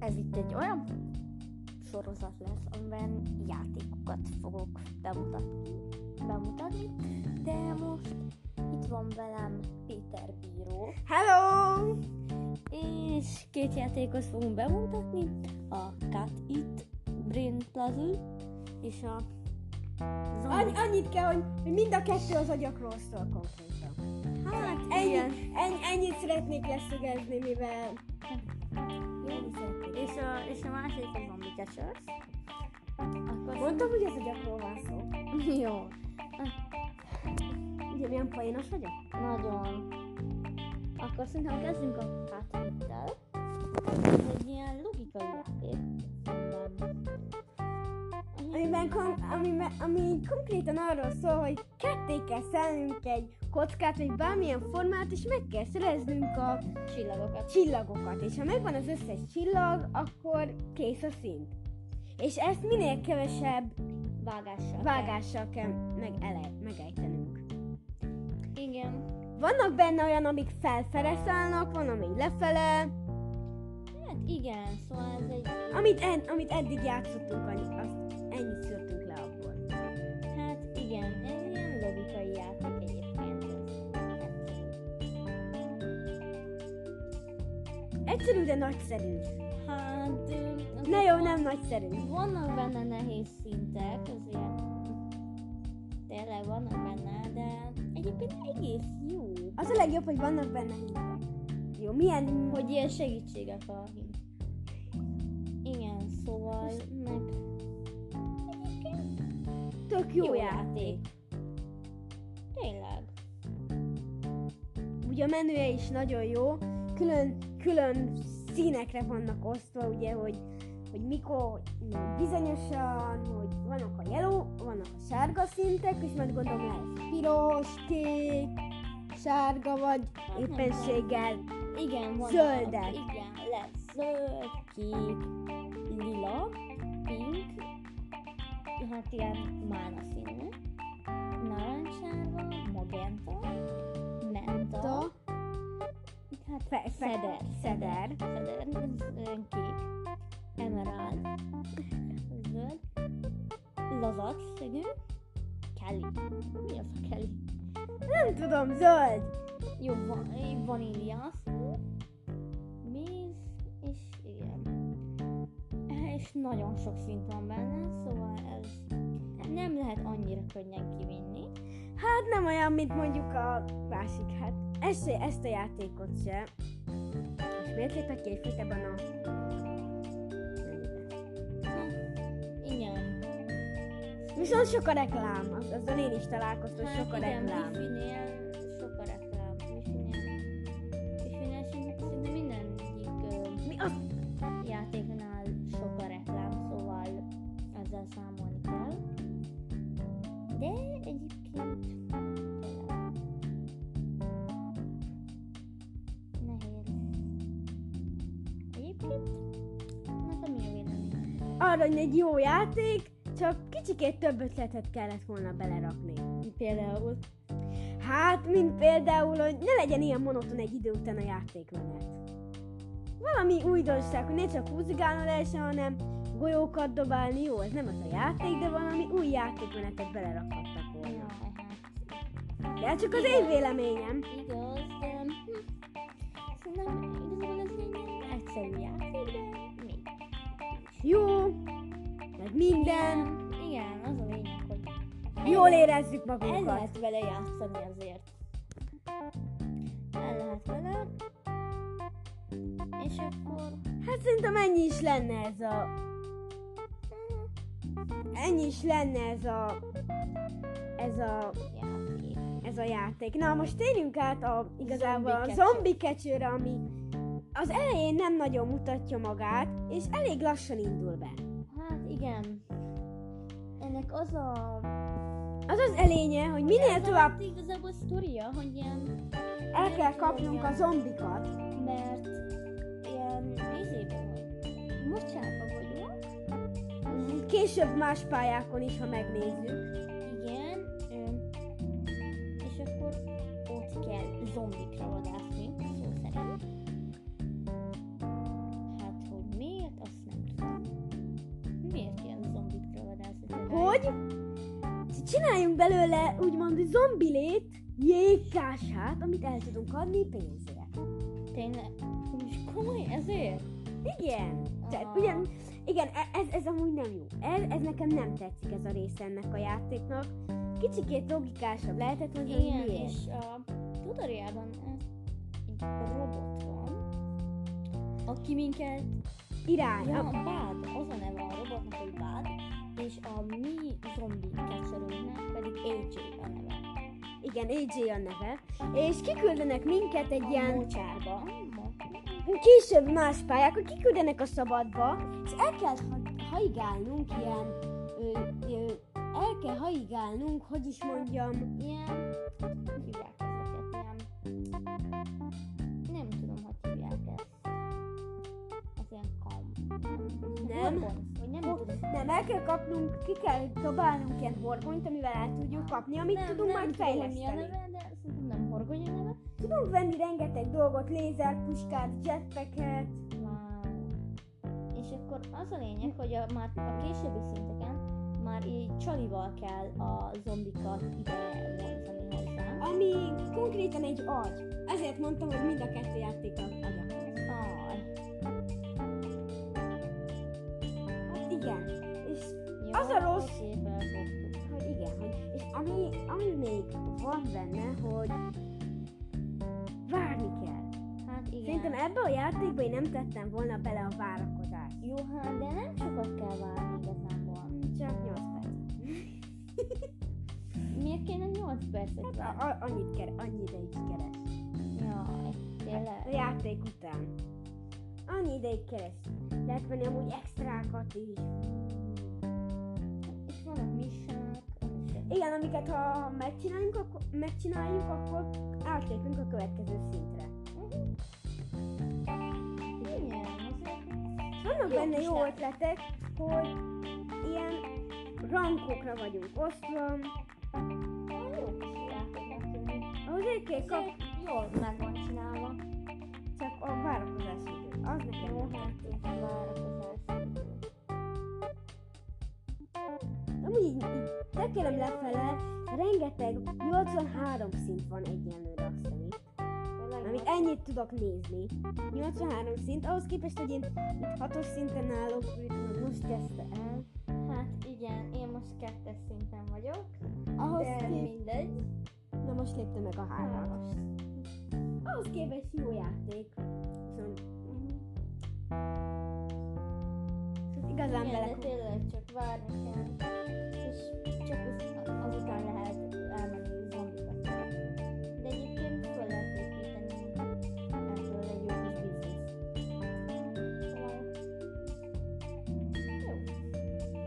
egy olyan sorozat lesz, amiben játékokat fogok bemutatni, bemutatni de most itt van velem Péter Bíró, Hello! és két játékot fogunk bemutatni, a Cat It Brain Puzzle és a Annyi, Zombi. annyit kell, hogy, hogy mind a kettő az agyakról szól konkrétan. Hát, igen. Ennyi, ennyi, ennyit szeretnék leszögezni, mivel... És a, és a másik a Zombie Catchers. Akkor Mondtam, hogy az agyakról van szó. Jó. Ugye milyen poénos vagyok? Nagyon. Akkor szerintem kezdjünk a kártyával. Ez egy ilyen logikai játék. Amiben kon, amiben, ami konkrétan arról szól, hogy ketté kell szelnünk egy kockát, vagy bármilyen formát, és meg kell szereznünk a Csillagokat. csillagokat. És ha megvan az összes csillag, akkor kész a szint. És ezt minél kevesebb Vágással. vágással kell meg ele, megejtenünk. Igen. Vannak benne olyan, amik felfele szállnak, van, ami lefele. Hát igen, szóval ez egy, Amit, ed, amit eddig játszottunk, annyi, azt ennyit szültünk le abból. hát igen, ez ilyen logikai játék egyébként. ez. Egyszerű, de nagyszerű. Hát... ö, az Ne jó, nem nagyszerű. Vannak benne nehéz szintek, azért tényleg vannak benne, de egyébként egész jó, Az a legjobb, hogy vannak benne hintek. Jó, milyen, hogy hogy ilyen segítségek a hint. Igen, szóval meg egyébként tök jó, jó, jó játék. játék. Tényleg. Ugye a menüje is nagyon jó, külön, külön színekre vannak osztva, ugye, hogy, hogy mikor, hogy bizonyosan, hogy vannak a yellow, vannak a sárga szintek, és majd gondolom lehet piros, kék, sárga vagy Hát nem éppenséggel. Igen, van. Zöldek. Igen, lesz zöld, kék, lila, pink, hát ilyen mána színű, narancsárga, magenta, menta, Da, hát fe, fe, szeder, szeder. szeder, szeder, kék, emerald, zöld, lazac színű, Kelly. Mi az a Kelly? Nem tudom, zöld. Jó, van, vanília színű, méz, és igen. És nagyon sok szint van benne, szóval ez nem lehet annyira könnyen kivinni. Hát nem olyan, mint mondjuk a másik, hát ezt, se- ezt a játékot se. És miért lépett ki egy fekebben a... Hát, Igen. Viszont sok a reklám, az, azzal én is találkoztam, Hát sok a igen, reklám. Wifi-nél sok a reklám. Wifi-nél, Wifi-nél sin- szinte mindegyik ö, Mi az? játéknál sok a reklám, szóval ezzel számolni kell. De egyébként tényleg nehéz. Egyébként nekem mi a véleményem? Arra, hogy egy jó játék, csak kicsikét több ötletet kellett volna belerakni. Például Hát, mint például, hogy ne legyen ilyen monoton egy idő után a játékmenet. Valami újdonság, hogy ne csak húzigálni lehessen, hanem golyókat dobálni, jó, ez nem az a játék, de valami új játékmenetet belerakhattak volna. jaj, hát De csak az én véleményem. igaz, de hm, szerintem igazából ez egy ilyen egyszerű játék, de még. Jó, meg minden. Igen, az a lényeg, hogy Jól érezzük el magunkat. lehet vele játszani azért. El lehet vele. És akkor... Hát szerintem ennyi is lenne ez a... Ennyi is lenne ez a... Ez a... Játék. Ez a játék. Na, most térjünk át a, igazából a Zombie zombi kecsőre, ami az elején nem nagyon mutatja magát, és elég lassan indul be. Hát igen. Ennek az a... Az az elénye, hogy minél ez a tovább hát Igazából sztoria, hogy ilyen el kell kapnunk a zombikat. mert ilyen izében vagy. Mocsában vagyunk. Később más pályákon is, ha megnézzük. Igen. öm, És akkor ott kell zombikra vadászni, szó szerint. Hát, hogy miért, azt nem hogy csináljunk belőle úgymond zombilét, jégkását, amit el tudunk adni pénzért. Tényleg? És komoly ezért? Mhm, Igen. Tehát Aha. ugyan, igen, e- ez, ez amúgy nem jó. Ez, ez nekem nem tetszik ez a része ennek a játéknak. Kicsikét logikásabb lehetett, hogy ez Igen, miért. és a tutoriában ez egy robot van, aki minket, Irány. ja, a- bád, az a neve a robotnak, hogy bád, és a mi zombi keserünknek pedig AJ a neve. Igen, AJ a neve. És kiküldenek minket egy A ilyen mocsárba. később más pályákra, kiküldenek a szabadba, és el kell ha- haigálnunk ilyen, ö, ö, el kell haigálnunk, hogy is mondjam, Ilyen, hogy hívják ezeket, ilyen, nem tudom, hogy hívják ezt. Az ilyen kam. Nem. Horgonz, Vagy nem Ho- tudom. nem, el kell kapnunk, ki kell dobálnunk ilyen horgonyt, amivel el tudjuk kapni, amit tudunk tudom, majd Mi fejleszteni. a neve, de szerintem nem horgony a neve. Tudunk venni rengeteg dolgot, lézerpuskát, jetpacket, Wow. És akkor az a lényeg, hogy a, már a későbbi szinteken már így csalival kell a zombikat ide vonzani hozzá. ami konkrétan egy agy. Ezért mondtam, hogy mind a kettő játék az agya. Aj, Hát igen, és jó, Az a rossz- oké, felfogtuk. hogy igen, hogy, és ami, ami még van benne, hogy várni kell. Hát igen. Szerintem ebbe a játékba én nem tettem volna bele a várakozást. Jó, hát de nem sokat kell várni igazából. Csak 8 perc. Miért kéne 8 percet várni? Hát, A, a, annyit kell, annyi ideig keres. Jaj, A tényleg. játék után. Annyi ideig keres. Lehet venni amúgy extrákat is. És vannak misák, amiket Igen, amiket ha megcsináljuk, akkor, megcsináljuk, akkor átlépünk a következő szintre. Mhm. igen, azért És vannak Jó benne kis jó játék. ötletek, hogy ilyen rankokra vagyunk osztva, jó kis játéknak tűnik. ahhoz egy kell kap, Azért Jól meg van csinálva. csak a várakozás idő. Az nekem Jó, jó. hát így várakozás. Amúgy így, így tekélem lefele, rengeteg, 83 szint van egyenlőre azt hiszem itt. Amit ennyit tudok nézni. 83 szint, ahhoz képest, hogy én itt 6 szinten állok, úgyhogy most kezdte el. Hát igen, én most kettes szinten vagyok. Ahhoz De képest, mindegy. na most lépte meg a hármat. Hármas. Ahhoz képest jó játék. Viszont Mhm. igazán Igen, de bele. tényleg csak várni kell. És csak az- azután lehet elmenni zombikat. De egyébként föl lehet építeni ebből egy jó kis bizniszt. Szóval,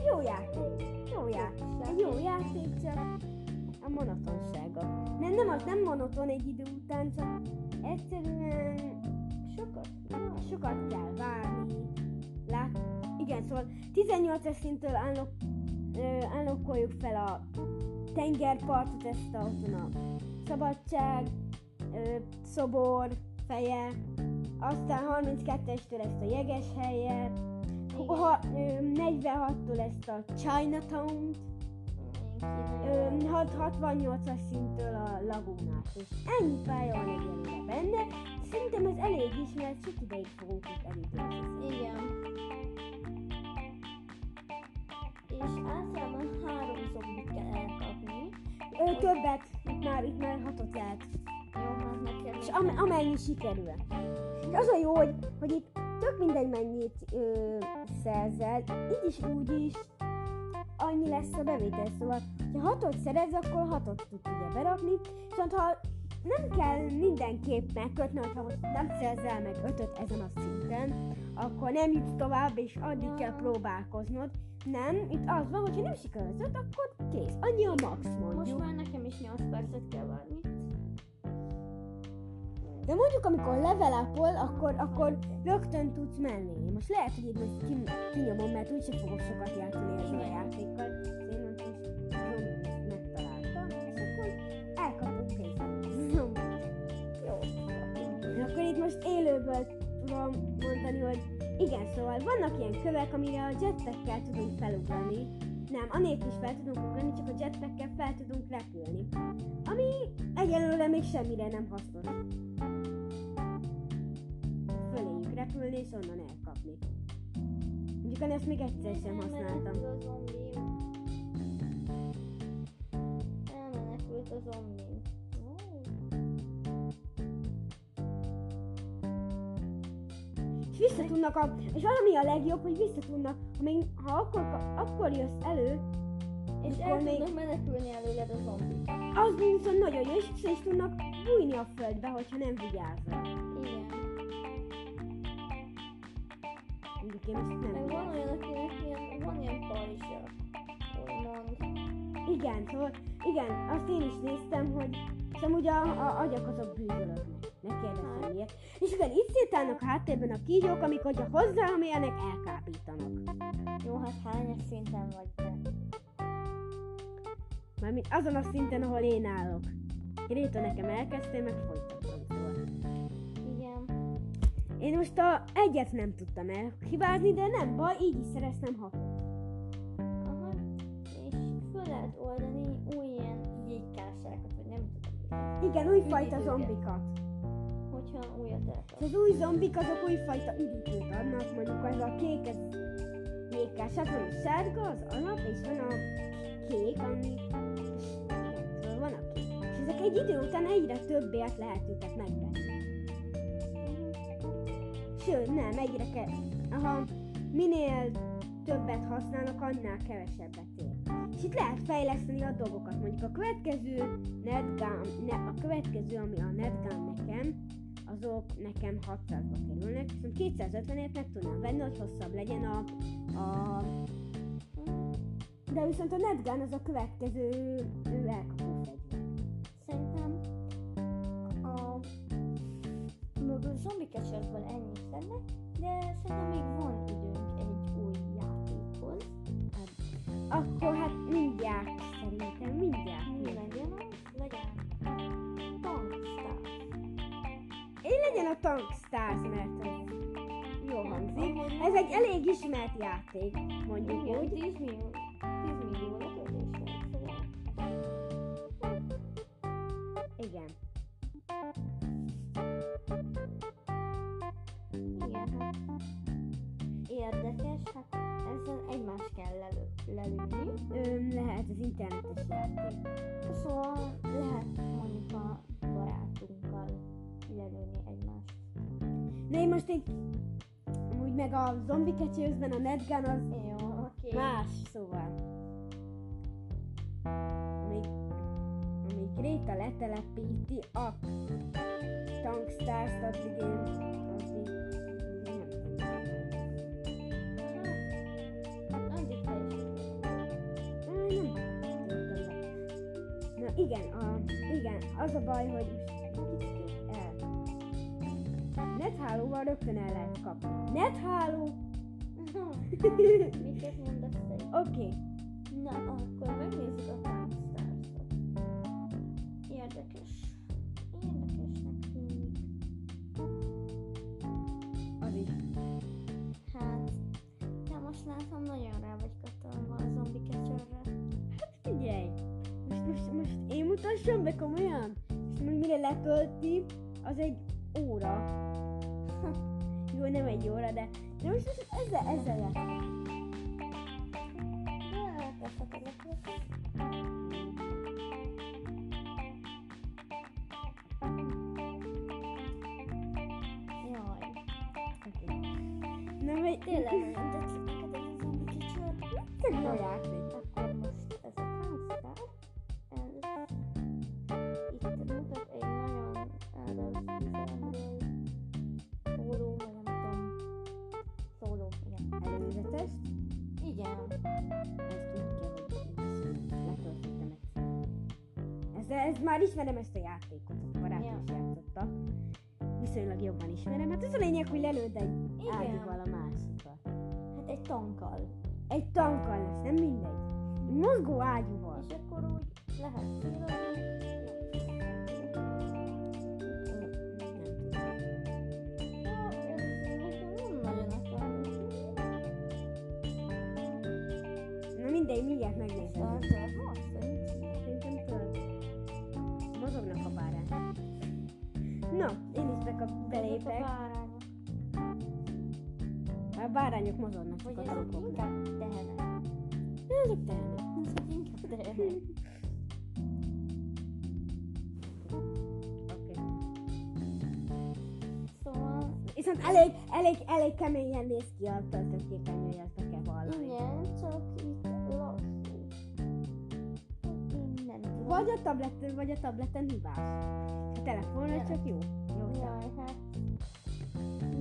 Jó játék. Jó játék. kis Jó játék, csak a monotonsága. Nem, nem, az nem monoton egy idő után, csak egyszerűen Sokat? sokat kell várni. Lát, igen, szóval 18 szintől állok, ö, állokkoljuk fel a tengerpartot, ezt a, ott van a szabadság, ö, szobor, feje, aztán 32-estől ezt a jeges helyet, Igen. ha, ö, 46-tól ezt a Chinatown-t, Ö, Mindenki nagyon- hat- 68-as szinttől a lagúnát, és ennyi pálya van egyelőre benne. Szerintem ez elég is, mert sok ideig fogunk itt elütözni. Igen. És általában három zombit kell elkapni. Ö, többet, itt már, itt már hatot lehet. Jó, hát nekem... És am- amennyi sikerül. És az a jó, hogy, hogy itt tök mindegy mennyit ö, szerzel, így is úgy is annyi lesz a bevétel, szóval ha hatot szerez, akkor hatot tud ugye berakni, viszont ha nem kell mindenképp megkötni, hogyha most nem szerzel meg ötöt ezen a szinten, akkor nem jutsz tovább, és addig kell próbálkoznod. Nem, itt az van, hogyha nem sikerül az öt, akkor kész. Annyi a max Most mondjuk. már nekem is 8 percet kell várni. De mondjuk, amikor level upol, akkor, akkor rögtön tudsz menni. Most lehet, hogy én most kim, kinyomom, mert úgyse fogok sokat játszani ezzel a Igen. játékkal. Én most most zombit megtaláltam, és akkor elkapunk egy zombit. Jó. Akkor itt most élőből tudom mondani, hogy igen, szóval vannak ilyen kövek, amire a jetpackkel tudunk felugrani. nem, anélkül is fel tudunk ugrani, csak a jetpackkel fel tudunk repülni. Ami egyelőre még semmire nem hasznos. Föléjük repülni és onnan elkapni. Mondjuk én ezt még egyszer sem használtam. Elmenekül a zombim. Elmenekült a zombim. Ó. És vissza tudnak a... És valami a legjobb, hogy vissza tudnak, ha, még, ha akkor, ka- akkor jössz elő, És Akkor el még- tudnak menekülni előled a zombik. az viszont nagyon jó, és vissza is tudnak bújni a földbe, hogyha nem vigyázol. Igen. Mondjuk én ezt nem Meg van vigyázom. olyan, akinek ilyen, van ilyen pajzsa. Úgymond. Igen, szóval, igen, azt én is néztem, hogy sem ugye a, a agyak azok bűvölöknek. Ne kérdezzem miért. És igen, itt sétálnak a háttérben a kígyók, amik, hogyha hozzámérnek, elkábítanak. Jó, hát hányas szinten vagy te? Mármint azon a szinten, ahol én állok. Réta nekem elkezdtél, meg folytatom. Szóval. Igen. Én most a egyet nem tudtam elhibázni, de nem baj, így is szereztem hatot. Aha. És föl lehet oldani új ilyen jégkársákat, vagy nem tudom. Igen, újfajta Üdítőket. zombikat. Hogyha újat És elkap. az új zombik azok újfajta üdítőt adnak, mondjuk az a kék, ez kékes, hát van a sárga, az alap, és van a kék, ami szóval van a kék. És ezek egy idő után egyre többért lehet őket megvenni. Sőt, nem, egyre kevesebb. Ha minél többet használok, annál kevesebbet ér. És itt lehet fejleszteni a dolgokat. Mondjuk a következő netgám, ne, a következő, ami a netgám nekem, azok nekem 600-ba kerülnek, viszont 250-ért meg tudnám venni, hogy hosszabb legyen a, a... De viszont a netgun az a következő ő elkapó fegyver. Szerintem a mögül zombi kecsőrből ennyi is lenne, de szerintem még van időnk egy új játékhoz. Akkor hát mindjárt, szerintem mindjárt. Mi legyen az? Legyen Tank Stars. Én legyen a Tank Stars, mert ez jó hangzik. Ahogy Ez egy elég ismert játék, mondjuk Igen, úgy. 10 millió, 10 millió letöltéssel, szóval Igen. igen, hát érdekes, hát ezzel egymást kell lelő, lelőni. Öm, lehet az internetes játék. Szóval lehet mondjuk a barátunkkal lelőni egymást. Na én most egy... Amúgy meg a zombi kecsőzben a netgun az Jó, oké. Más, szóval. Amíg, amíg Réta letelepíti a Tank Stars addig én addig nem tudom. Addig te is. Á, nem töltöm le. Na igen, a, igen, az a baj, hogy most kicsit el. Nethálóval rögtön el lehet kapni. Netháló! Oké. Miket mondasz te? Okay. Na, akkor megnézzük a Time Stars-ot. Érdekes. Érdekesnek tűnik. Az is. Hát, te most látom nagyon rá vagy kattalva a zombi kecsőrre. Figyelj! Most, most, most én mutassam be komolyan? És majd mire letölti, az egy óra. Jó, nem egy óra, de, de most ez- ezzel, ezzel lesz. De elkezdheted ezeket. Jaj, Nem egy... tényleg nagyon tetszik neked ez a zombi kecsőr. Hát Tök jó játék. Akkor most ez a hámsztár, ez itt mutat egy nagyon erős üzemről szóló, vagy nem tudom, szóló, igen. Előzetes. Igen, Ezt úgy kell, hogy letöltöttem egyszer. Ez, ez már ismerem ezt a játékot, a barátom Ja. is játszotta. Viszonylag jobban ismerem. Hát az a lényeg, hogy lelőd egy ágyúval igen. a másikba. Hát egy tankkal. Egy tankkal lesz, nem mindegy. Egy mozgó ágyúval. És akkor úgy lehet célozni. Na mindegy, mindegy, mindjárt megnézem. Szóval most szerintem. Szerintem tudod. Mozognak a bárányok. Na, én is beka- Ezek A belépek. bárányok. A bárányok mozognak csak Vagy a ezek tankoknál. inkább tehenek. Ezek tehenek. Ezek inkább tehenek. Oké. Szóval Viszont elég, elég, elég keményen néz ki a töltőképernyője, azt be kell vallani. igen, csak itt lassú. Én nem tudom. Vagy a tableten, vagy a tableten hibás. A telefonra Ja. csak jó. Jó, csak.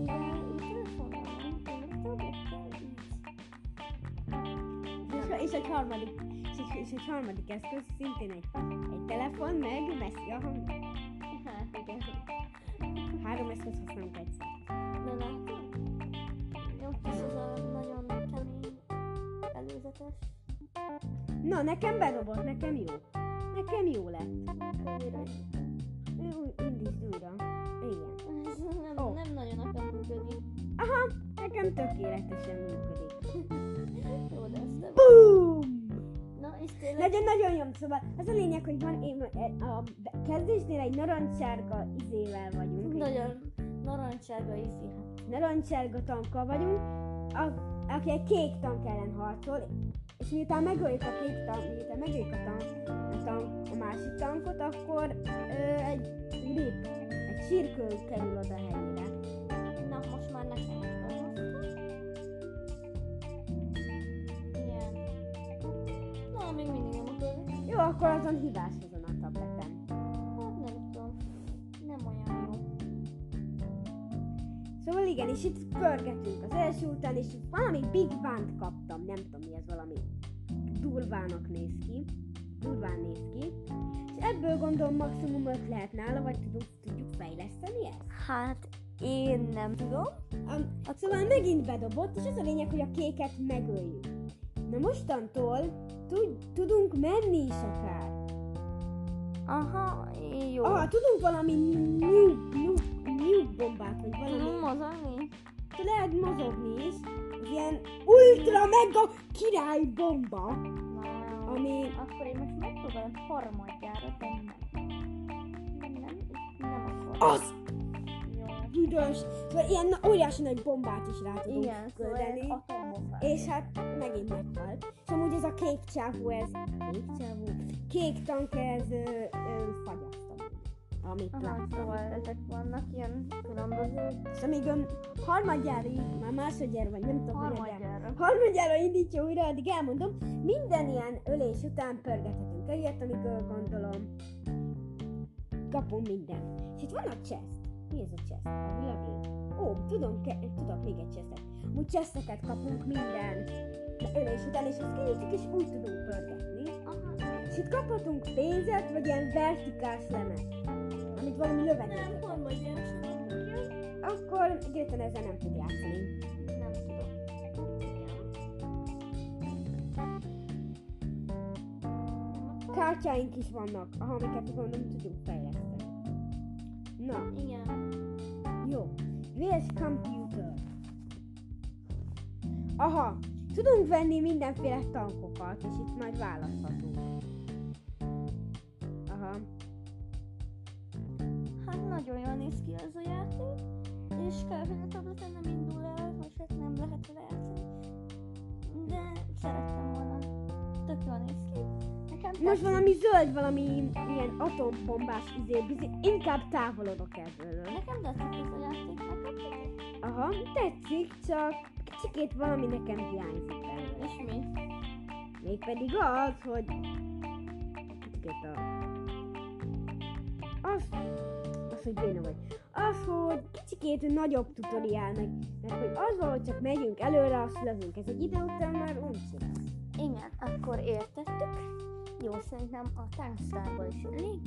Jaj, hát. Mivel itt telefonon nem tudod, hogy És, és egy harmadik, és egy, és egy harmadik eszköz szintén egy, egy telefon, meg veszi a hangot. így- Hát igen. Három eszköz használunk egyszer. De látod? Jó, ez az a nagyon kemény előzetes. Na, nekem bedobott, nekem jó. Nekem jó lett. Újra. Ú- Indítsd újra. Igen. Ez nem, Ó. nem nagyon akar működni. Aha, nekem tökéletesen működik. Jó, de ez nem. Boom! Na, és tényleg Nagyon nagyon jó, szóval az a lényeg, hogy van én e, a kezdésnél egy narancssárga izével vagyunk. egy nagyon narancsárga ízi. narancssárga tankkal vagyunk, a, aki egy kék tank ellen harcol, és miután megöljük a kék tank, miután megöljük a tank, a, tank, a másik tankot, akkor ö, egy rip, egy sírkő kerül oda a helyére. Na, most már nekem is beosztott. Igen. Na, még mindig nem akarok. Jó, akkor azon hibás azon a tableten. Hát nem tudom. Nem olyan jó. Szóval igen, és itt pörgetünk az első után, és valami Big Band kaptam, nem tudom mi ez, valami durvának néz ki, durván néz ki, és ebből gondolom maximum öt lehet nála, vagy tudunk, tudjuk fejleszteni ezt? Hát én nem tudom. Am- A szóval megint bedobott, és az a lényeg, hogy a kéket megöljük. Na mostantól tud, tudunk menni is akár. Aha, jó. Ah, tudunk valami new, new, new bombát, vagy valami... Tudom mozogni? Lehet mozogni is. Ez Ilyen ultra mega király bomba, Wow. ami... Akkor én most megpróbálom harmadjára, de nem. Nem, nem, itt nem akarom. Az Jó. büdös! Szóval ilyen na- óriási nagy bombát is rá tudunk Igen, szóval küldeni. ez atombombás. És hát megint meghalt. És amúgy ez a kék csávó, ez... Kék csávó? Kék tank, ez ö, ö, fagyasztom. Amit Aha, láttam. szóval ezek vannak ilyen különböző És amíg ön Szóval harmadjára, így- már másodjára, vagy nem tudom, harmadjára. harmadjára. harmadjára indítja újra, addig elmondom, minden ilyen ölés után pörgethetünk egyet, amikor gondolom kapunk mindent. És itt van a chest. Mi ez a chest? A világlő. Ó, tudom, ke- tudok még egy chestet. Amúgy chesteket kapunk minden ölés után, és azt kinyitjuk, és úgy tudunk pörgetni. Aha, És itt kaphatunk pénzet, vagy ilyen vertikás lemet, amit valami lövedék. nem harmadjára sem akarja. Akkor Gréten ezzel nem tud játszani. Nem tudom. Igen. Nem akar- Kártyáink is vannak, aha, amiket gondolom tudjuk fejleszteni. Na, Igen. jó. VS Computer. Aha, tudunk venni mindenféle tankokat, és itt majd választhatunk. Aha. Hát nagyon jól néz ki ez a játék, és kár, hogy a tableten nem indul el, most hát nem lehet vele játszani. De szerettem volna. Tök jól néz ki. Nekem Most tetszik. valami zöld, valami ilyen atombombás izé, bizi, inkább távolodok ebből. Nekem tetszik ez a játék, nekem tetszik. Aha, tetszik, csak kicsikét valami nekem hiányzik belőle. És mi? Mégpedig az, hogy... Kicsikét a... Az... Az, hogy béna vagy. Az, hogy kicsikét nagyobb tutoriál meg. Mert hogy az van, hogy csak megyünk előre, azt lövünk. Ez egy idő után már uncsi lesz. Igen, akkor értettük. Jó, szerintem a tánctárba is elég,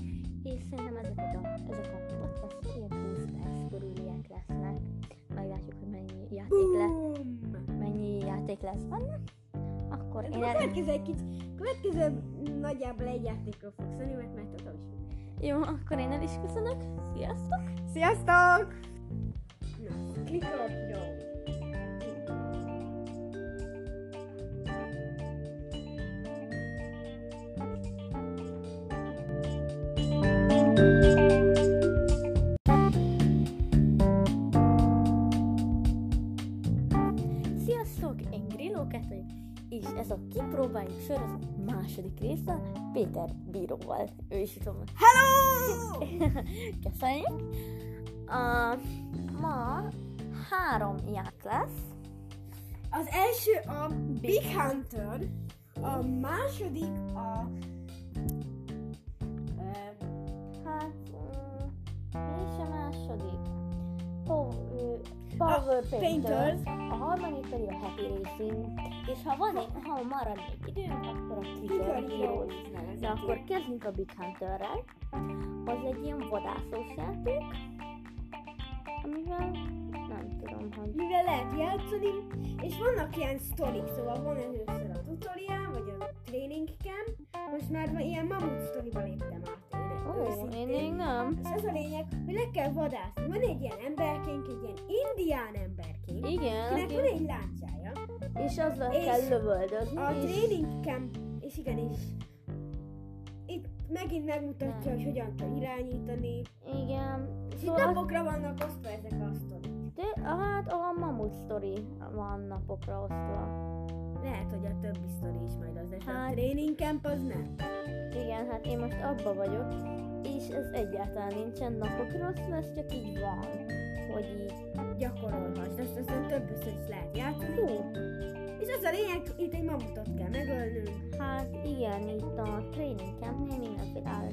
és szerintem ezek a, ezek a podcast ilyen 20 perc körüliek lesznek. Meglátjuk, hogy mennyi játék, le, mennyi játék lesz benne. Akkor én A el... következő egy kicsi... Következő nagyjából egy játékról fog szólni, mert már tudom is. Jó, akkor én el is köszönök. Sziasztok! Sziasztok! Na, Clicker Pro. sorozat második része Péter Bíróval. Ő is itt van. Hello! Köszönjük! Uh, ma háromják lesz. Az első a Big Hunter, a második a... eh, Ö, Hát, mm, és a második. Pow- ö, Power A Painters. A harmadik pedig a Happy Racing. És ha van, ha marad még időnk, akkor a Twitter Twitter Heroes. Na akkor kezdjünk a Big Hunterrel. Az egy ilyen vadászós játék, amivel nem tudom, hogy... mivel lehet játszani, és vannak ilyen sztorik, szóval van először a tutorial, vagy a training camp, most már van ilyen mamut sztoriba léptem át. Ó, őre- én őszintén. még nem. És az a lényeg, hogy le kell vadászni. Van egy ilyen emberkénk, egy ilyen indián emberkénk, Igen, akinek van aki- egy láncája. és azzal És kell lövöldözni, A és... training camp, és igenis, itt megint megmutatja, hogy hogyan kell irányítani. Igen, És itt szóval az- napokra vannak osztva ezek a sztorik. de, hát a mamut sztori van napokra osztva. Lehet, hogy a többi sztori is majd az lesz. A Hát- training camp az nem. Igen, hát én most abba vagyok, és ez egyáltalán nincsen napokra osztva, ez csak így van. Hogy így, gyakorolhatsz, ezt aztán többször is lehet játszani. jó, És az a lényeg, hogy itt egy mamutot kell megölnünk. hát igen, itt a training campnél mindenféle áll.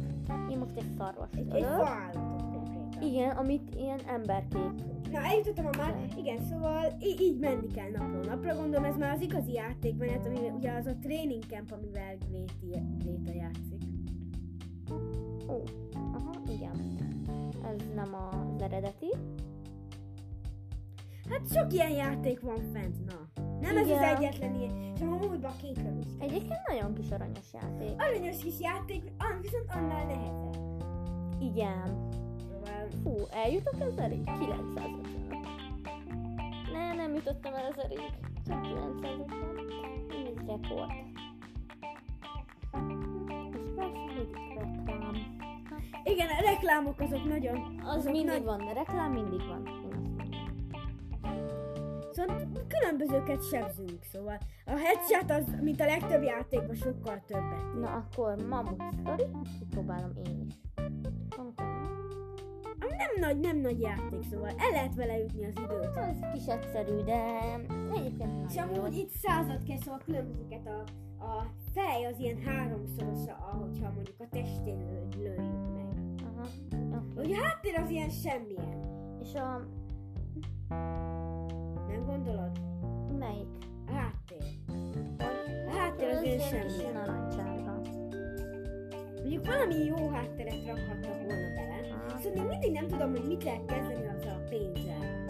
Én most egy szarvast Egy, egy ölök. faállatot konkrétan. Igen, amit ilyen emberkék. Na, eljutottam a már, igen, szóval í- így menni kell napról napra, gondolom ez már az igazi játékmenet, ami ugye az a training camp, amivel Gréti, Gréta játszik. Ó, aha, igen. Ez nem az eredeti. Hát sok ilyen játék van fent, na. Nem ez Igen. az egyetlen ilyen, és a múltban kékről is. Egyébként nagyon kis aranyos játék. Aranyos kis játék, an- viszont annál nehezebb. Igen. Szóval Fú, eljutok ezerig? 950. Ne, nem jutottam el ezerig. Csak 950. Ez rekord. És persze, hogy reklám. Igen, a reklámok azok nagyon... Az azok mindig nagy- van, de reklám mindig van. Én azt mondom. Szóval különbözőket sebzünk, szóval a headshot az, mint a legtöbb játékban, sokkal többet. Na akkor Mamut Story, kipróbálom én is. Ami nem nagy, nem nagy játék, szóval el lehet vele jutni az időt. Ez kis egyszerű, de egyébként És nagyon jó. amúgy itt század kell, szóval különbözőket a, a fej az ilyen háromszorosa, ahogyha mondjuk a testén lő- lőjük meg. Aha, oké. Ugye háttér az ilyen semmilyen, És a nem gondolod? melyik? A háttér. A háttér az ilyen kis semmilyen. narancsárga. Mondjuk valami jó hátteret rakhattak volna bele. Aha. Szóval még mindig nem tudom, hogy mit lehet kezdeni azzal a pénzzel.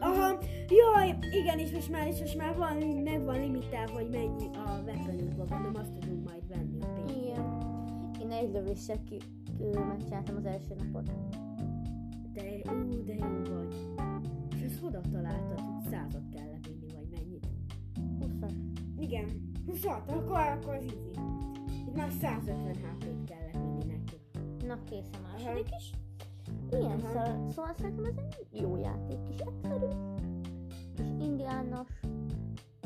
Aha, jaj, igen, és most már, és most már van, meg van limitálva, hogy mennyi a weaponünkben, gondolom azt tudunk majd venni a pénzt. Igen. Én egy lövéssel ki ö, megcsináltam az első napot. De, ú, de jó vagy. És ezt oda találtad, hogy százat kell levinni, vagy mennyit? 20 Igen, 26, akkor, akkor az easy. Itt már 150 hp kell levinni neki. Na kész a második is. Ilyen Aha. szó, szóval szerintem ez egy jó játék, kis egyszerű, kis indiános,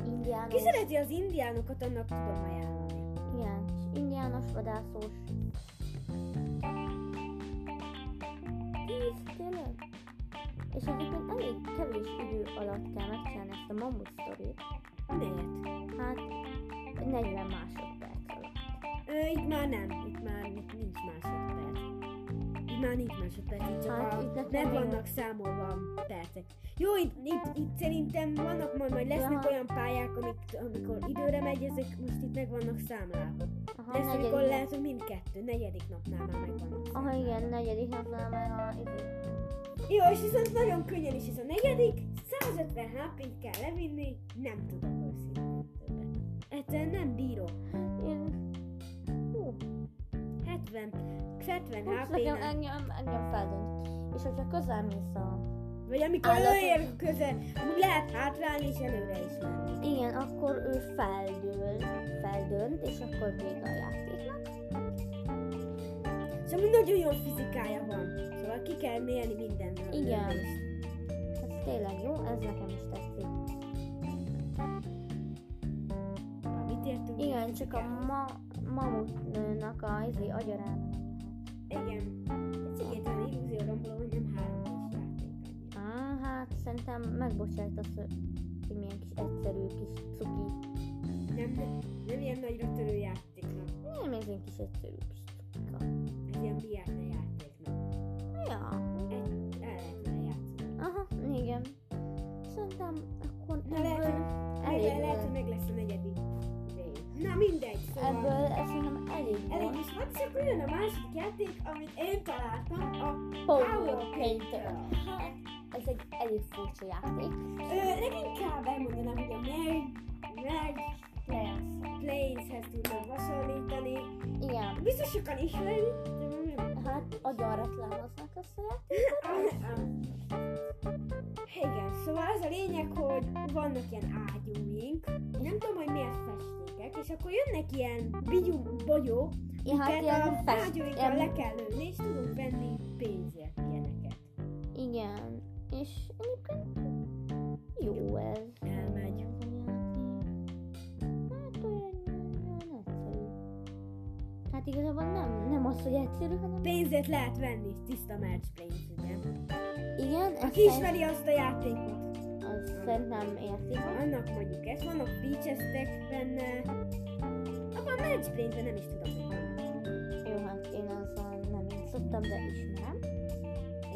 indiános, Ki szereti az indiánokat, annak tudom ajánlani. igen, kis indiános vadászós. Tíz, tényleg? És egyébként elég kevés idő alatt kell megcsinálni ezt a mamut sztorit, Miért? hát 40 másodperc alatt. Ö, itt már nem, itt már nincs másodperc. Itt már nincs másodperc, itt csak Hát a... itt nekem Meg még- vannak számolva a percek. Jó, itt, itt, itt szerintem vannak majd, majd lesznek Aha. olyan pályák, amik, amikor időre megy, ezek most itt meg vannak számlálva. Aha, Lesz, amikor negyedik- lehet, hogy mindkettő, negyedik napnál már meg vannak Aha, számlálva. igen, negyedik napnál már a idő. Jó, és viszont nagyon könnyen is ez a negyedik, 150 hp kell levinni, nem tudom őszintén többet. Egyszerűen nem bírom. Én... Hú, 70, 70 Hát hp nekem -nál. engem, engem feldönt. És hogyha közel mész a... Vagy amikor Állatok. lőjél közel, amúgy lehet hátrálni és előre is menni. Igen, akkor ő feldől, feldönt, és akkor vége a játéknak. Szóval nagyon jó fizikája van. Szóval ki kell mérni minden Igen. lövést. Ez tényleg jó, ez nekem is tetszik. Mit értünk nem csak a ma, mamutnak a izé agyarába nem lehet. Igen. Ez egyetlen illúzió romboló, hogy nem három játék. Á, hát szerintem megbocsájtasz ö, egy ilyen kis egyszerű kis cuki. Nem, nem ilyen nagyra törő játéknak. Nem ez egy kis egyszerű kis cukika. Ez ilyen biárna játéknak. Ja, Egy, el lehet vele játszani. aha, igen. Szerintem akkor Na, lehet, ebből hogy- elég meg- lehet, hogy volt. meg lesz a negyedik idejük. Na mindegy, szóval... Ebből ez szerintem elég Elég volt. is volt, és akkor jön a második játék, amit én találtam, a Power Painter. Painter. Hát, Ez egy elég furcsa játék. Ö, leginkább elmondanám, hogy a Mary, Mary Lesz. Plains-hez tudnak hasonlítani. Igen. Biztos sokan ismerik, de nem- Hát agyarreklámoznak ezt a játékot. Igen, szóval az a lényeg, hogy vannak ilyen ágyúink, nem tudom, hogy miért festékek, és akkor jönnek ilyen bigyú, bogyók, Ja, hát hát ilyen a fest, ágyúinkra le ilyen, kell lőni, és tudunk venni pénzért ilyeneket. igen. És egyébként jó ez. Elmegy. Ez a játék. Hát olyan, olyan egyszerű. Hát igazából nem, nem az, hogy egyszerű, hanem Pénzért lehet venni, tiszta merch pénz, ugye? igen, ez Aki szerint, ismeri azt a játékot, az szerintem érti. annak mondjuk ezt, vannak peachestek benne, abban merch pénzben nem is tudom, hogy van. Jó, hát én azzal nem játszottam, de ismerem.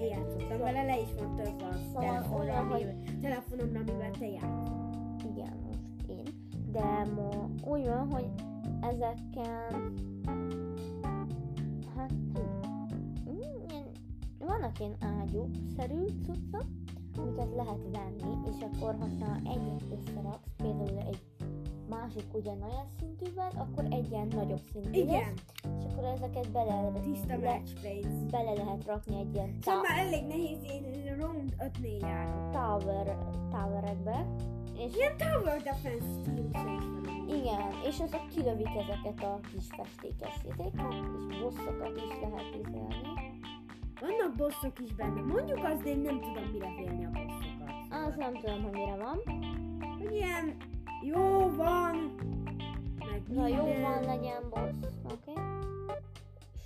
Én játszottam vele, le is van töltve a Szóval telefonra, olyan, hogy- amivel- telefonomra, amivel te játszol. Igen, most én. De ma úgy van, hogy ezekkel... Hát... mm, Ilyen, vannak ilyen ágyú-szerű cuccok, amiket lehet venni, és akkor, hogyha egyet összeraksz, például egy másik ugyanolyan szintűvel, akkor egy ilyen nagyobb szintű Igen, lesz, és akkor ezeket bele, tiszta le, merch pénz. bele lehet rakni egy ilyen Szóval tá- már elég nehéz, én round 5-nél járok. tower, towerekbe, és Ilyen tower defense stílusa is van. Igen, és azok kilövik ezeket a kis festékes szétéket, és bosszokat is lehet vizelni. Vannak bosszok is benne. Mondjuk azt, de én nem tudom, mire félni a bosszokat. Az nem tudom, hogy mire van. Hogy ilyen jó van, meg Na jó, minden. van legyen boss, oké.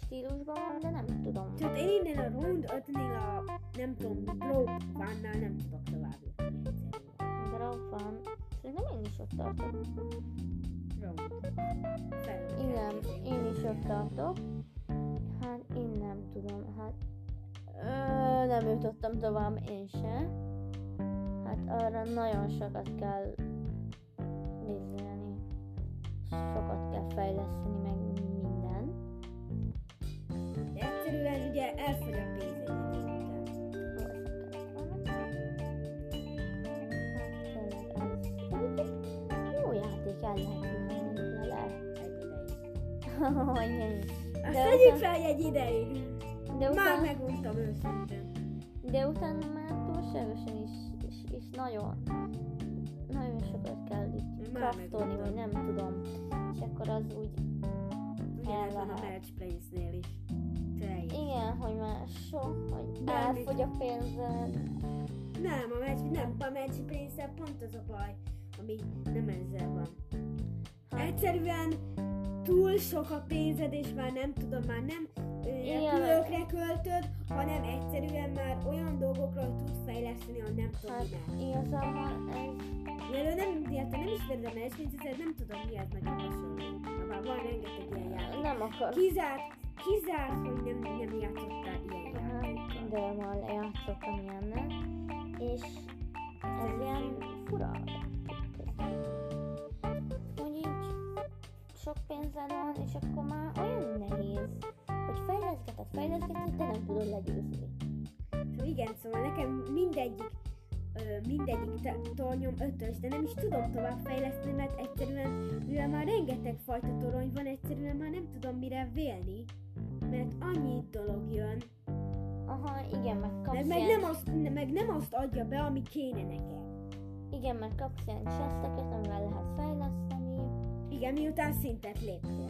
Stílusban van, de nem tudom. Tehát én innen a round 5-nél a, nem tudom, blow vannál nem tudok tovább jutni egyszerűen. Drop van. Szerintem én is ott tartok. Round. Felül kell Igen, nézni. én is ott tartok. Hát én nem tudom, hát... Ö, nem jutottam tovább én se. Hát arra nagyon sokat kell nézni. Sokat kell fejleszteni, meg minden. De Egyszerűen ugye elfogy a pénz egy idő után. Jó játék el lehet jönni vele. Egy ideig. Igen. Azt De tegyük utána- fel hogy egy ideig. De Már utána, meguntam őszintén. de utána már túlságosan is, is, is nagyon, nagyon sokat kell itt Már kraftolni, vagy nem tudom. És akkor az úgy Ugyanez van a Elvehet. merch pénznél is. Teljes. Igen, hogy már sok, hogy Nem, elfogy a pénzed. Nem, a merch, nem, a merch pénzzel pont az a baj, ami nem ezzel van. Hát, Egyszerűen túl sok a pénzed, és már nem tudom, már nem ö, Igen. repülőkre költöd, hanem egyszerűen már olyan dolgokra hogy tudsz fejleszteni, a nem tudom hát hát. igazából ez Mielőtt nem, érte, nem ismered a menedzsmentet, nem tudom mi az nekem hasonló. Már van rengeteg ilyen játék. nem akar. Kizárt, kizárt, hogy nem, nem játszottál ilyen Aha, játékkal. De már játszottam ilyennel, és ez ilyen fura. Hogy így sok pénzed van, és akkor már olyan nehéz, hogy fejleszgeted, fejleszgeted, de nem tudod legyőzni. Szóval igen, szóval nekem mindegyik ö, mindegyik t- tornyom ötös, de nem is tudom tovább fejleszteni, mert egyszerűen, mivel már rengeteg fajta torony van, egyszerűen már nem tudom mire vélni, mert annyi dolog jön, Aha, igen, meg kapsz meg, meg, ilyen, nem azt, meg nem azt adja be, ami kéne nekem. igen, meg kapsz ilyen chesteket, amivel lehet fejleszteni. Igen, miután szintet léptél.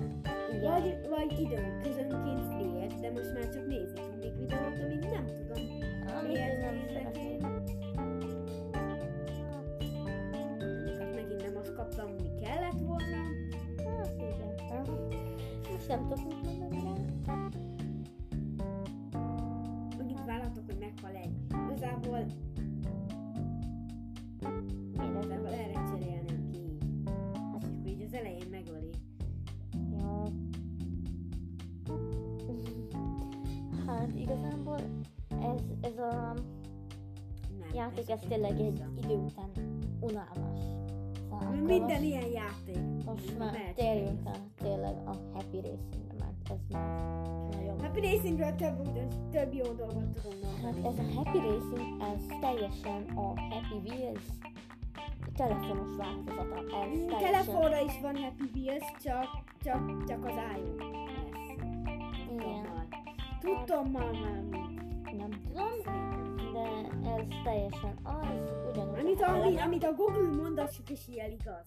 Igen. Vagy, vagy időközönként free de most már csak nézni tudnék videót, amit nem tudom amit én nem Ilyesmi szeretnék. Azokat megint nem azt kaptam, ami kellett volna. Hát, hát igen. nem tudok mit mondani rá. Mondjuk vállaltok, hogy meghal egy. Igazából, Mindegy. igazából erre cserélném ki így. És akkor így az elején megöli. Ja. Hát igazából ez, ez a Nem, játék, ezt ez tényleg egy vissza. idő után unalmas. Szóval akkor Minden most- ilyen játék. Most már Mehet. térjünk el tényleg a happy részünkre, mert ez már nagyon... Happy Hát Racingről több, ugyan- több jó dolgot tudunk Hát mondani. ez a happy racing, ez teljesen a Happy Wheels telefonos változata. Ez Mm, teljesen... Telefonra is van Happy Wheels, csak, csak, csak az iOS. Igen, Tudtom már, már mind. nem tudom, de ez teljesen az, ugyanúgy... Amit a a, eleme- amit a Google mondassuk, és ilyen igaz.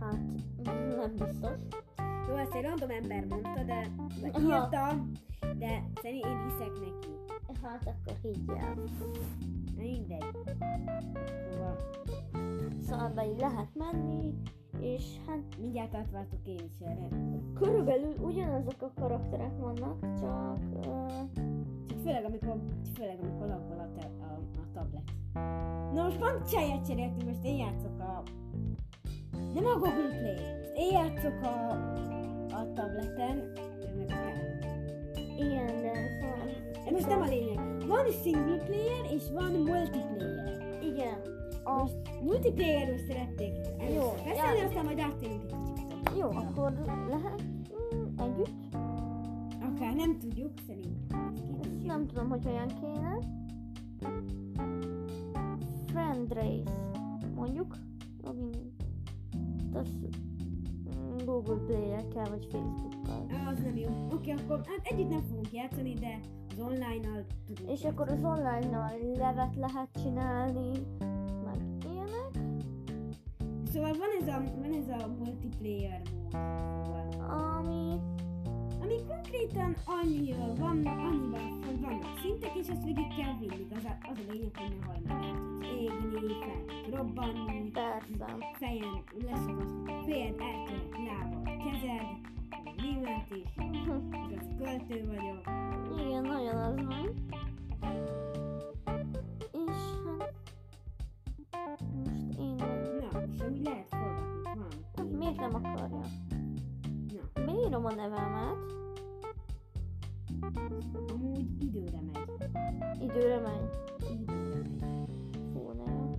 Hát, nem biztos. Jó, ezt egy random ember mondta, de vagy Aha. írtam, de szerintem én hiszek neki. Hát akkor higgyel. Na mindegy. Szóval Szóval be így lehet menni, és hát mindjárt átváltok én is erre. körülbelül ugyanazok a karakterek vannak, csak... ö, Csak főleg, amikor, főleg, amikor abból a, te, a, a tablet. Na most pont csáját cseréltünk, most én játszok a... Nem a Google Play, most én játszok a, a tableten. ő meg a tablet. Igen, de szóval... Ez most nem a lényeg. Van single player és van multiplayer. Igen. A... Most multiplayerről szerették Jó, először beszélni, játsz. aztán majd áttérünk egy kicsit. a Jó, multiplayer. akkor lehet mm, együtt. Akár nem tudjuk, szerintem. Ezt nem tudom, hogy olyan kéne. Friend Race. Mondjuk. Login. Tas mm, Google Play-ekkel, vagy Facebookkal. Á, Az nem jó. Oké, akkor hát együtt nem fogunk játszani, de az online-nal tudunk. És akkor az online-nal levet lehet csinálni, meg ilyenek. Szóval van ez a, van ez a multiplayer mód. Szóval, Ami... ami konkrétan annyi van, annyiban hogy vannak szintek, és azt végig kell vinni. Az a, az a lényeg, hogy ne hajj meg el tudsz égni, fel tudsz robbanni, Persze. fejen leszakad a fejed, eltörött lábad, kezed, német is, igaz költő vagyok. Igen, nagyon az van. És hát... Most én... Na, és amúgy lehet forgatni, Hát van. miért nem akarja? Na. Beírom a nevemet, Amúgy időre megy. időre megy. Időre megy. Fú, nem.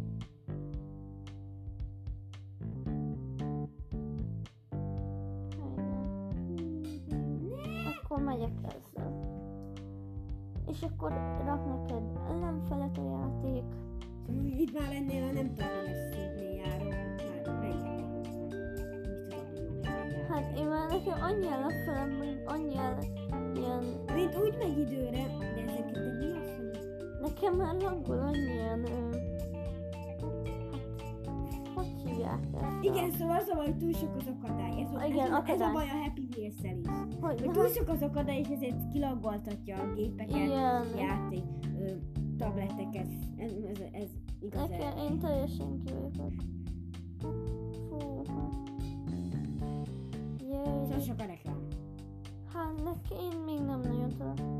Hajrá. Akkor megyek ezzel. És akkor rak neked ellenfelet a játék. Amúgy Szóval Itt már ennél a nem tudom, hogy szintnél járok, már rengeteg voltam. Mit tudom, hogy jó helyen járok. Hát én már nekem annyi ellenfelem, hogy annyi el, ilyen... Mint úgy megy időre, de ezeket de mi az, hogy Nekem már laggol annyi ilyen... Ö, hát, hogy hívják ezt? igen, szóval az a baj, hogy túl sok az akadály. Ez, a- Igen, ez, a- ez a akadály. baj a Happy Wheels-szel is. A, hogy, Hogy túl sok az akadály, és ezért kilaggoltatja a gépeket, Igen. játék, ö, tableteket. Ez, ez, ez igaz. erre. Nekem én teljesen kivépek. Fú. hát. Szóval Jaj. sok a reklám. Hát nekem én még nem nagyon tudom.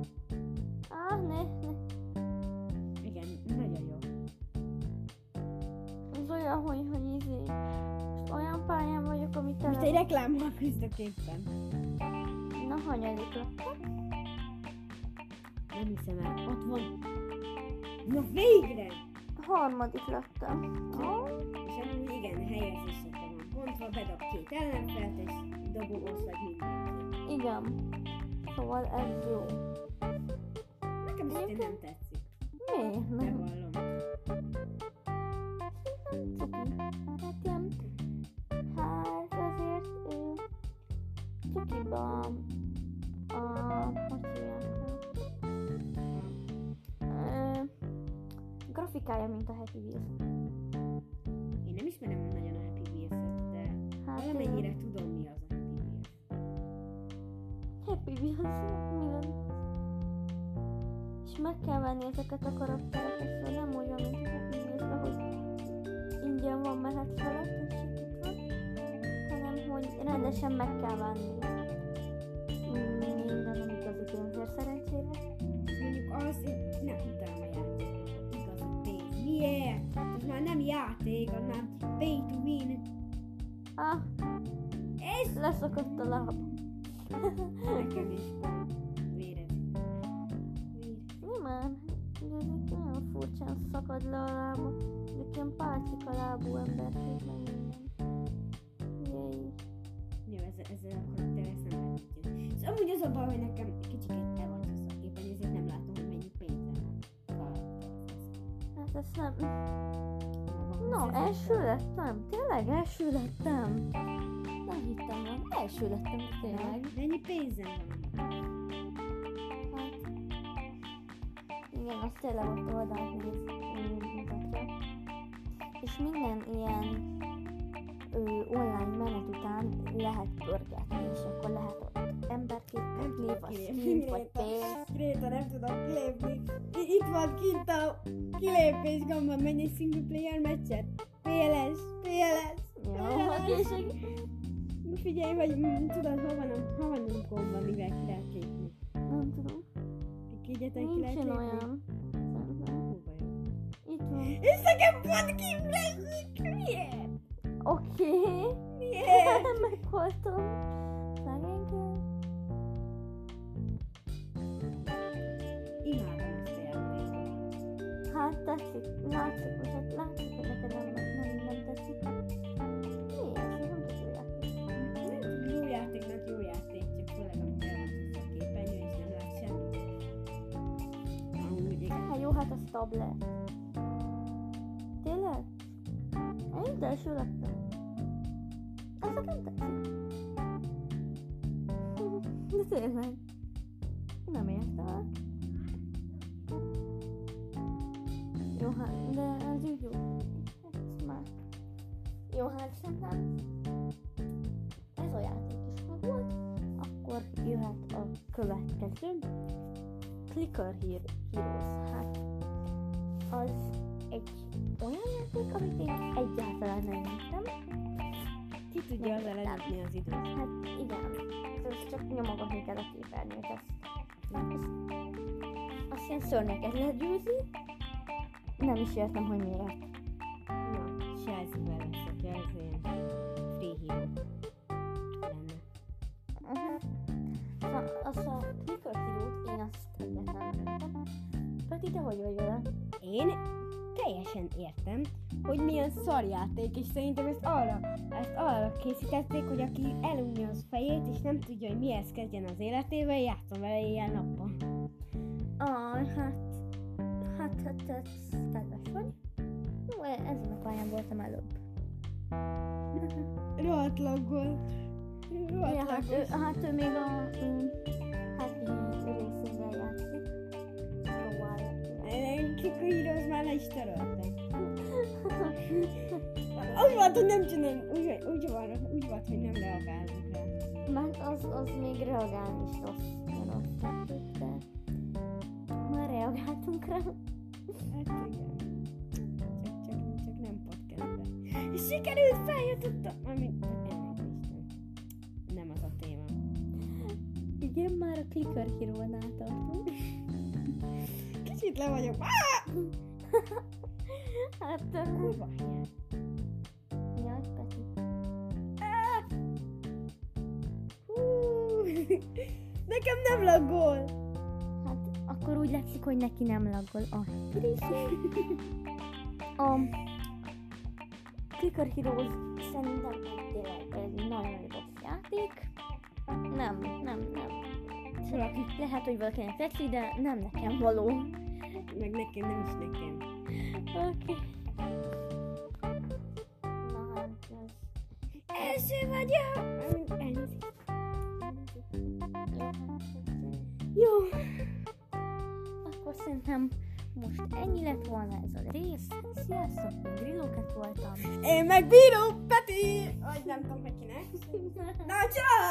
Á, ne, ne. Igen, nagyon jó. Ez olyan, hogy, hogy izé. Most olyan pályán vagyok, amit te Most egy reklámmal küzdök éppen. Na, hanyadik lett? Nem hiszem el. Ott van. Na végre! Harmadik lettem. Ó, És amúgy igen, helyezésekre van bontva, bedob két ellenfelt, és dobogóz vagy minden. igen. Szóval ez jó. Nekem szintén nem tetszik, Miért nem? bevallom. Cuki. Hát ilyen... Hát azért... Ő, cukiba... A... Hogy hívják? Ö, grafikája, mint a Happy Wheels. Én nem ismerem nagyon a Happy Wheels-et, de Hát, ö, valamennyire tudom mi az a Happy Wheels. Happy Wheels, mi van? És meg kell venni ezeket a karaktereket, szóval nem úgy van, mint a Happy Wheels, hogy ingyen van, mehet felett, és itt van, hanem hogy rendesen meg kell venni. Hát, már nem játék, az már pay to win. Ah, Ez leszakadt a láb. nekem is vérez. Simán, ugye ezek nagyon furcsán szakad le a lába, ezek ilyen pálcika lábú emberkék meg minden. Jaj. Jó, ez, ez a karakter eszembe tudja. Ez amúgy az a baj, hogy nekem kicsiket el van a képen, ezért nem látom, hogy mennyi pénzem van. Hát ezt nem... No, első lettem, tényleg első lettem. Nem hittem el, első lettem, de tényleg. Mennyi pénzem van? Hát, igen, azt tényleg ott oldalt néz, ö, mutatja. És minden ilyen ö, online menet után lehet pörgetni, és akkor lehet ott emberkét kapni, vagy skin, vagy pénz. Gréta, nem tudom kilépni. I- Itt van kint a kilépés gomba, menj egy single player meccset. PLS, PLS, Jó, a PLS. később. Figyelj, vagy mm, tudod, hol van a, hol van a gomba, mivel ki lehet lépni. Nem tudom, Kegyetlen ki lehet nincsen lépni. olyan. Szerintem. Hú, vajon. Itt van. És nekem pont kint leszik! Miért? Oké. Miért? Meghaltam. Szerintem. Imádom ezt a játékot. Hát tetszik, látszik, hogy hát látszik, hogy neked nem, nem, nem tetszik. Miért? Nem tudják. Jó játéknak jó játék, csak főleg amikor elmondhatsz a képernyő, és nem látsz semmit. Amúgy igen. Hát jó, hát az tablet. Tényleg? Én itt első lettem. Ez nekem tetszik. De tényleg. Nem értem. el. Jó, hát, de ez úgy jó. Hát már. Jó, hát szerintem ez a játék is meg volt. Akkor jöhet a következő. Clicker Hero- Heroes. Hát az egy olyan játék, amit én egyáltalán nem értem. Ki tudja az elengedni az időt? Hát igen, ez csak nyomogatni kell a képernyőt. Azt, azt, azt ilyen szörnyeket legyőzi. Nem is értem, hogy miért. Chelsea-vel leszek, Chelsea ilyen free hero lenne. Uh-huh. Na, az a Clicker Hero-t én azt egyáltalán nem értem. Peti, te hogy vagy vele? Én teljesen értem, hogy milyen szarjáték, és szerintem ezt arra, ezt arra készítették, hogy aki elunja az fejét, és nem tudja, hogy mihez kezdjen az életével, játszom vele ilyen nappal. Ah, hát, hát, hát, hát, kedves vagy. Jó, ezen a pályán voltam előbb. Rohadt laggol. Ja, hát, ő, hát ő még a mm, Happy Racing-el játszik. Szóval... Csak a híroz már le is töröltem. Úgy volt, hogy nem csinálom, úgy, úgy, van, úgy volt, hogy nem reagálunk rá. Mert az, az még reagálni is rossz. Ilyen rossz tettük, de... Már reagáltunk rá. Hát igen. Csak, csak, csak nem podcastben. És sikerült feljutottam, ami ennek is nem. Nem az a téma. Igen, már a Clicker Hero-nál tartunk. Kicsit le vagyok. Á, Hát... kurva anyád. Jaj, Peti. Hú. Nekem nem laggol. Hát akkor úgy látszik, hogy neki nem laggol a A Clicker Heroes szerintem egy tényleg egy nagyon rossz játék. Nem, nem, nem. Szóval Valaki. Lehet, hogy valakinek tetszik, de nem nekem való. Meg nekem, nem is nekem. Oké. Na hát, ez- Első vagyok. Amint elnézést. jó, hát ez- Jó. Akkor szerintem most ennyi lett volna ez a rész. Sziasztok, én Grilloket voltam. eh? Én meg bírom, Peti! Vagy nem tudom, hogy kinek. Na, csaj!